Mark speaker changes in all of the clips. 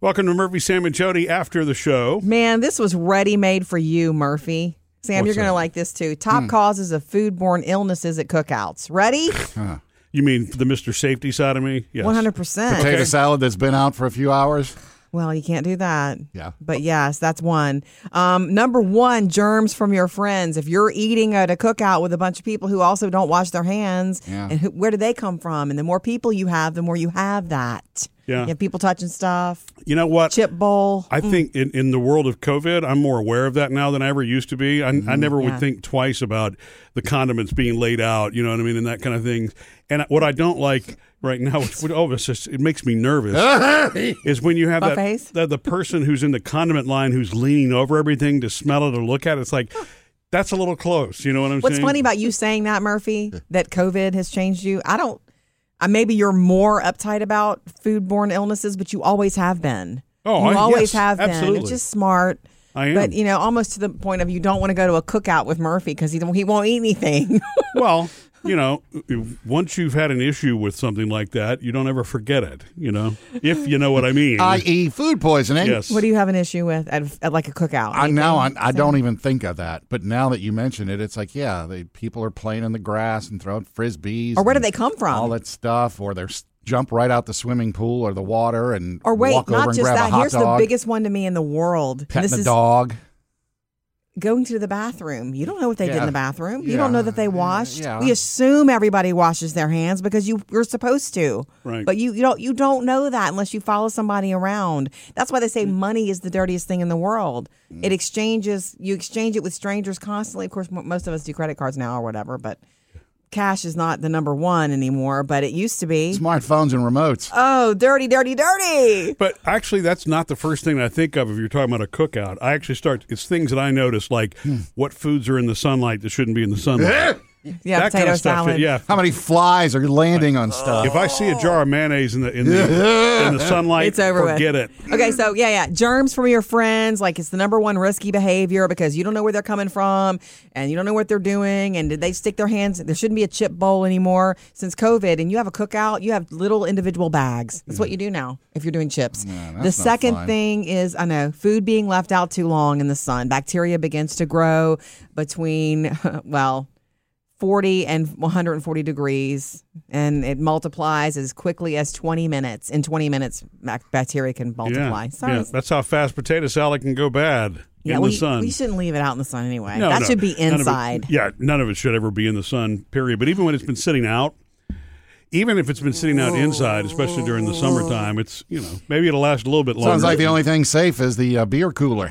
Speaker 1: Welcome to Murphy, Sam, and Jody after the show.
Speaker 2: Man, this was ready made for you, Murphy. Sam,
Speaker 1: What's
Speaker 2: you're going
Speaker 1: that?
Speaker 2: to like this too.
Speaker 3: Hmm.
Speaker 2: Top causes of foodborne illnesses at cookouts. Ready?
Speaker 1: You mean the Mr. Safety side of me? Yes.
Speaker 2: 100%.
Speaker 3: Potato salad that's been out for a few hours.
Speaker 2: Well, you can't do that.
Speaker 3: Yeah.
Speaker 2: But yes, that's one. Um, number one, germs from your friends. If you're eating at a cookout with a bunch of people who also don't wash their hands,
Speaker 3: Yeah.
Speaker 2: and who, where do they come from? And the more people you have, the more you have that.
Speaker 1: Yeah.
Speaker 2: You have people touching stuff,
Speaker 1: You know what?
Speaker 2: chip bowl.
Speaker 1: I think in, in the world of COVID, I'm more aware of that now than I ever used to be. I, I never would
Speaker 2: Mm-hmm. Yeah.
Speaker 1: think twice about the condiments being laid out, you know what I mean, and that kind of thing. And what I don't like right now, which would, oh, it's just, it makes me nervous, is when you have that,
Speaker 2: Buffets?
Speaker 1: that the person who's in the condiment line who's leaning over everything to smell it or look at it. It's like, that's a little close. You know what I'm
Speaker 2: What's
Speaker 1: saying?
Speaker 2: funny about you saying that, Murphy, that COVID has changed you? I don't. I maybe you're more uptight about foodborne illnesses, but you always have been.
Speaker 1: Oh,
Speaker 2: you
Speaker 1: I-
Speaker 2: always
Speaker 1: yes,
Speaker 2: have been.
Speaker 1: absolutely.
Speaker 2: It's just smart.
Speaker 1: I am.
Speaker 2: But you know, almost to the point of you don't want to go to a cookout with Murphy because he he won't eat anything.
Speaker 1: well, you know, once you've had an issue with something like that, you don't ever forget it, you know, if you know what I mean.
Speaker 3: I.e., food poisoning.
Speaker 1: yes.
Speaker 2: what do you have an issue with at, at like a cookout?
Speaker 3: I now I, I don't even think of that, but now that you mention it, it's like yeah, they, people are playing in the grass and throwing frisbees.
Speaker 2: Or where do
Speaker 3: and
Speaker 2: they come from?
Speaker 3: All that stuff, or they are jump right out the swimming pool or the water and
Speaker 2: or wait,
Speaker 3: walk over
Speaker 2: not
Speaker 3: and
Speaker 2: just
Speaker 3: grab a
Speaker 2: that.
Speaker 3: hot
Speaker 2: Here's
Speaker 3: dog,
Speaker 2: the biggest one to me in the world. And
Speaker 3: petting
Speaker 2: this
Speaker 3: the
Speaker 2: is
Speaker 3: dog.
Speaker 2: going to the bathroom. You don't know what they did in
Speaker 3: Yeah.
Speaker 2: the bathroom. You
Speaker 3: Yeah.
Speaker 2: don't know that they
Speaker 3: Yeah,
Speaker 2: washed.
Speaker 3: yeah.
Speaker 2: We assume everybody washes their hands because you you're supposed to.
Speaker 1: Right.
Speaker 2: But you, you don't you don't know that unless you follow somebody around. That's why they
Speaker 3: Mm.
Speaker 2: say money is the dirtiest thing in the world. It exchanges you exchange it with strangers constantly. Of course, m- most of us do credit cards now or whatever, but cash is not the number one anymore, but it used to be.
Speaker 3: Smartphones and remotes.
Speaker 2: Oh, dirty, dirty, dirty.
Speaker 1: But actually, that's not the first thing I think of if you're talking about a cookout. I actually start, it's things that I notice, like
Speaker 2: Hmm.
Speaker 1: what foods are in the sunlight that shouldn't be in the sunlight.
Speaker 2: Yeah,
Speaker 1: that
Speaker 2: potato
Speaker 1: kind of stuff.
Speaker 2: salad.
Speaker 1: Yeah.
Speaker 3: How many flies are landing
Speaker 2: Oh.
Speaker 3: on stuff?
Speaker 1: If I see a jar of mayonnaise in the in the, in the sunlight,
Speaker 2: It's over with.
Speaker 1: forget it.
Speaker 2: Okay, so yeah, yeah, germs from your friends, like it's the number one risky behavior because you don't know where they're coming from and you don't know what they're doing. And did they stick their hands? There shouldn't be a chip bowl anymore since COVID. And you have a cookout, you have little individual bags. That's what you do now if you're doing chips. the
Speaker 3: that's not
Speaker 2: second
Speaker 3: fine.
Speaker 2: thing is, I know, food being left out too long in the sun. Bacteria begins to grow between, well, 40 and 140 degrees and it multiplies as quickly as 20 minutes in 20 minutes bac- bacteria can multiply
Speaker 1: Yeah.
Speaker 2: so
Speaker 1: yeah.
Speaker 2: it's-
Speaker 1: That's how fast potato salad can go bad
Speaker 2: yeah,
Speaker 1: in
Speaker 2: we,
Speaker 1: the sun.
Speaker 2: we shouldn't leave it out in the sun anyway
Speaker 1: No,
Speaker 2: that
Speaker 1: no.
Speaker 2: should be
Speaker 1: None of it-
Speaker 2: inside
Speaker 1: yeah, none of it should ever be in the sun, period. But even when it's been sitting out, even if it's been sitting out inside, especially during the summertime, it's, you know, maybe it'll last a little bit longer.
Speaker 3: Sounds like the only thing safe is the uh, beer cooler.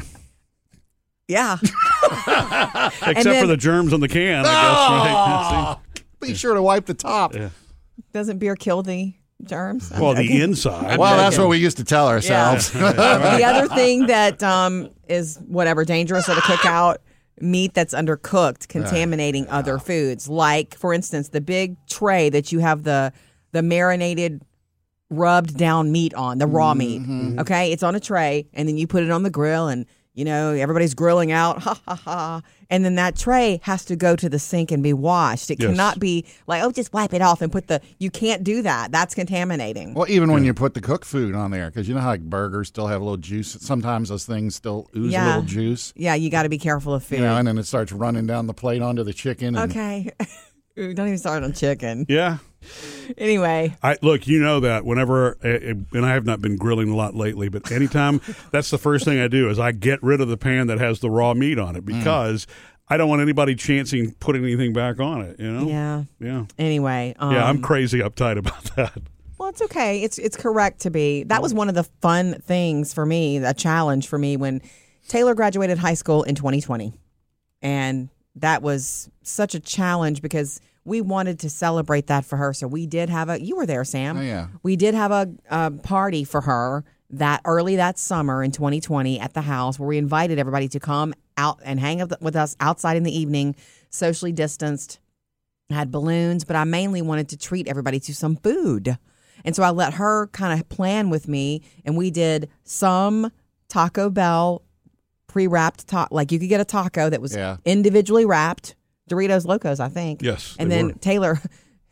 Speaker 2: yeah
Speaker 1: Except
Speaker 2: then-
Speaker 1: for the germs on the can,
Speaker 3: Ah!
Speaker 1: I guess, right?
Speaker 3: Be sure to wipe the top.
Speaker 1: Yeah.
Speaker 2: doesn't beer kill the germs I'm
Speaker 1: Well,
Speaker 2: joking.
Speaker 1: the inside.
Speaker 3: Well, that's what we used to tell ourselves.
Speaker 2: the other thing that um, is whatever dangerous at a cookout meat that's undercooked contaminating other foods like for instance the big tray that you have the the marinated rubbed down meat on the raw meat okay it's on a tray and then you put it on the grill and you know everybody's grilling out ha ha ha and then that tray has to go to the sink and be washed it
Speaker 1: Yes.
Speaker 2: cannot be like oh just wipe it off and put the you can't do that that's contaminating
Speaker 3: Well, even when you put the cooked food on there, because you know how like burgers still have a little juice. Sometimes those things still ooze
Speaker 2: Yeah.
Speaker 3: a little juice,
Speaker 2: yeah you got to be careful of food
Speaker 3: you know, and then it starts running down the plate onto the chicken. And
Speaker 2: Okay. Ooh, Don't even start on chicken.
Speaker 1: yeah.
Speaker 2: Anyway,
Speaker 1: I look, you know that whenever, uh, and I have not been grilling a lot lately, but anytime that's the first thing I do is I get rid of the pan that has the raw meat on
Speaker 2: Mm.
Speaker 1: it because I don't want anybody chancing putting anything back on it. You know?
Speaker 2: yeah.
Speaker 1: Yeah.
Speaker 2: Anyway, um,
Speaker 1: Yeah, I'm crazy uptight about that.
Speaker 2: well, it's okay. It's it's correct to be. That was one of the fun things for me, a challenge for me when Taylor graduated high school in 2020, and that was such a challenge because we wanted to celebrate that for her. So we did have a. You were there, Sam.
Speaker 3: Oh, yeah.
Speaker 2: We did have a, a party for her that early that summer in 2020 at the house where we invited everybody to come out and hang up with us outside in the evening, socially distanced. I had balloons, but I mainly wanted to treat everybody to some food. And so I let her kind of plan with me, and we did some Taco Bell pre wrapped ta Like you could get a taco that was
Speaker 3: Yeah.
Speaker 2: individually wrapped, Doritos Locos, I think.
Speaker 1: Yes,
Speaker 2: And
Speaker 1: they
Speaker 2: then
Speaker 1: were.
Speaker 2: Taylor,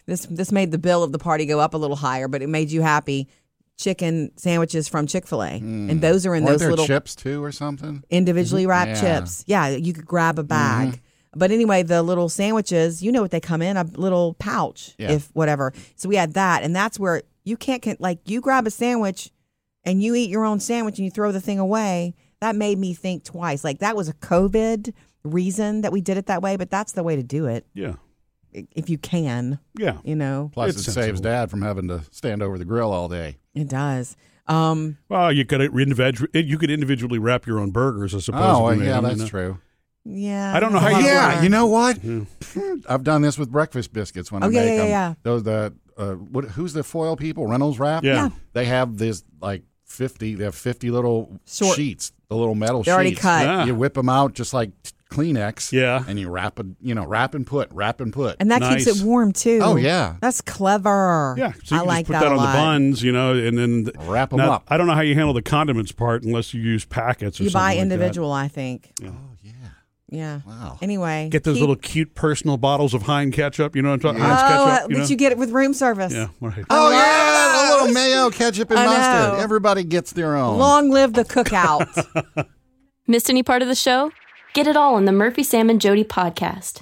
Speaker 2: this this made the bill of the party go up a little higher, but it made you happy. chicken sandwiches from Chick Fil A, and those are in
Speaker 3: Weren't
Speaker 2: those
Speaker 3: there
Speaker 2: little
Speaker 3: chips too or something?
Speaker 2: individually wrapped
Speaker 3: Mm-hmm. Yeah. Mm-hmm.
Speaker 2: chips. Yeah, you could grab a bag. But anyway, the little sandwiches, you know what they come in a little pouch,
Speaker 3: Yeah.
Speaker 2: if whatever. So we had that, and that's where you can't can, like you grab a sandwich and you eat your own sandwich and you throw the thing away. That made me think twice. Like that was a COVID reason that we did it that way, but that's the way to do it
Speaker 1: Yeah.
Speaker 2: i- if you can.
Speaker 1: Yeah.
Speaker 2: You know,
Speaker 3: Plus,
Speaker 1: It's
Speaker 3: it saves
Speaker 1: sensible.
Speaker 3: Dad from having to stand over the grill all day.
Speaker 2: it does. Um,
Speaker 1: Well, you could individual you could individually wrap your own burgers, I suppose.
Speaker 3: Oh,
Speaker 1: if
Speaker 3: well,
Speaker 1: you
Speaker 3: yeah,
Speaker 1: made them,
Speaker 3: that's
Speaker 1: you know.
Speaker 3: true.
Speaker 2: yeah,
Speaker 1: I don't know
Speaker 2: that's
Speaker 1: how
Speaker 2: a
Speaker 1: you-
Speaker 2: lot of
Speaker 3: Yeah,
Speaker 2: work.
Speaker 3: you know what? Hmm, I've done this with breakfast biscuits when
Speaker 2: Oh,
Speaker 3: I
Speaker 2: yeah,
Speaker 3: make
Speaker 2: yeah,
Speaker 3: them.
Speaker 2: yeah.
Speaker 3: Those the uh, what, who's the foil people? Reynolds wrap.
Speaker 1: Yeah. Yeah.
Speaker 3: they have this like fifty. They have fifty little
Speaker 2: Short-
Speaker 3: sheets, the little metal
Speaker 2: They're already
Speaker 3: sheets.
Speaker 2: cut.
Speaker 1: Yeah.
Speaker 3: You whip them out just like t- Kleenex.
Speaker 1: Yeah.
Speaker 3: and you wrap it. You know, wrap and put, wrap and put.
Speaker 2: And that keeps
Speaker 1: Nice.
Speaker 2: it warm too.
Speaker 3: Oh, yeah.
Speaker 2: that's clever.
Speaker 1: Yeah, so you
Speaker 2: I
Speaker 1: can
Speaker 2: like
Speaker 1: just put that, on
Speaker 2: a
Speaker 1: the
Speaker 2: lot.
Speaker 1: buns, you know, and then
Speaker 3: Wrap 'em
Speaker 1: now,
Speaker 3: up.
Speaker 1: I don't know how you handle the condiments part unless you use packets. Or
Speaker 2: You
Speaker 1: something
Speaker 2: buy
Speaker 1: like that.
Speaker 2: individual, I think. Yeah.
Speaker 3: oh yeah, Wow.
Speaker 2: Anyway,
Speaker 1: Get those
Speaker 2: keep-
Speaker 1: little cute personal bottles of Heinz ketchup. You know what I'm talking?
Speaker 2: Oh,
Speaker 1: Heinz ketchup.
Speaker 2: uh,
Speaker 1: you
Speaker 2: but
Speaker 1: know?
Speaker 2: you get it with room service.
Speaker 1: yeah, right.
Speaker 3: Oh yeah, a little mayo, ketchup, and
Speaker 2: I
Speaker 3: mustard.
Speaker 2: know.
Speaker 3: Everybody gets their own.
Speaker 2: Long live the cookout.
Speaker 4: Missed any part of the show? Get it all on the Murphy, Sam, and Jody podcast.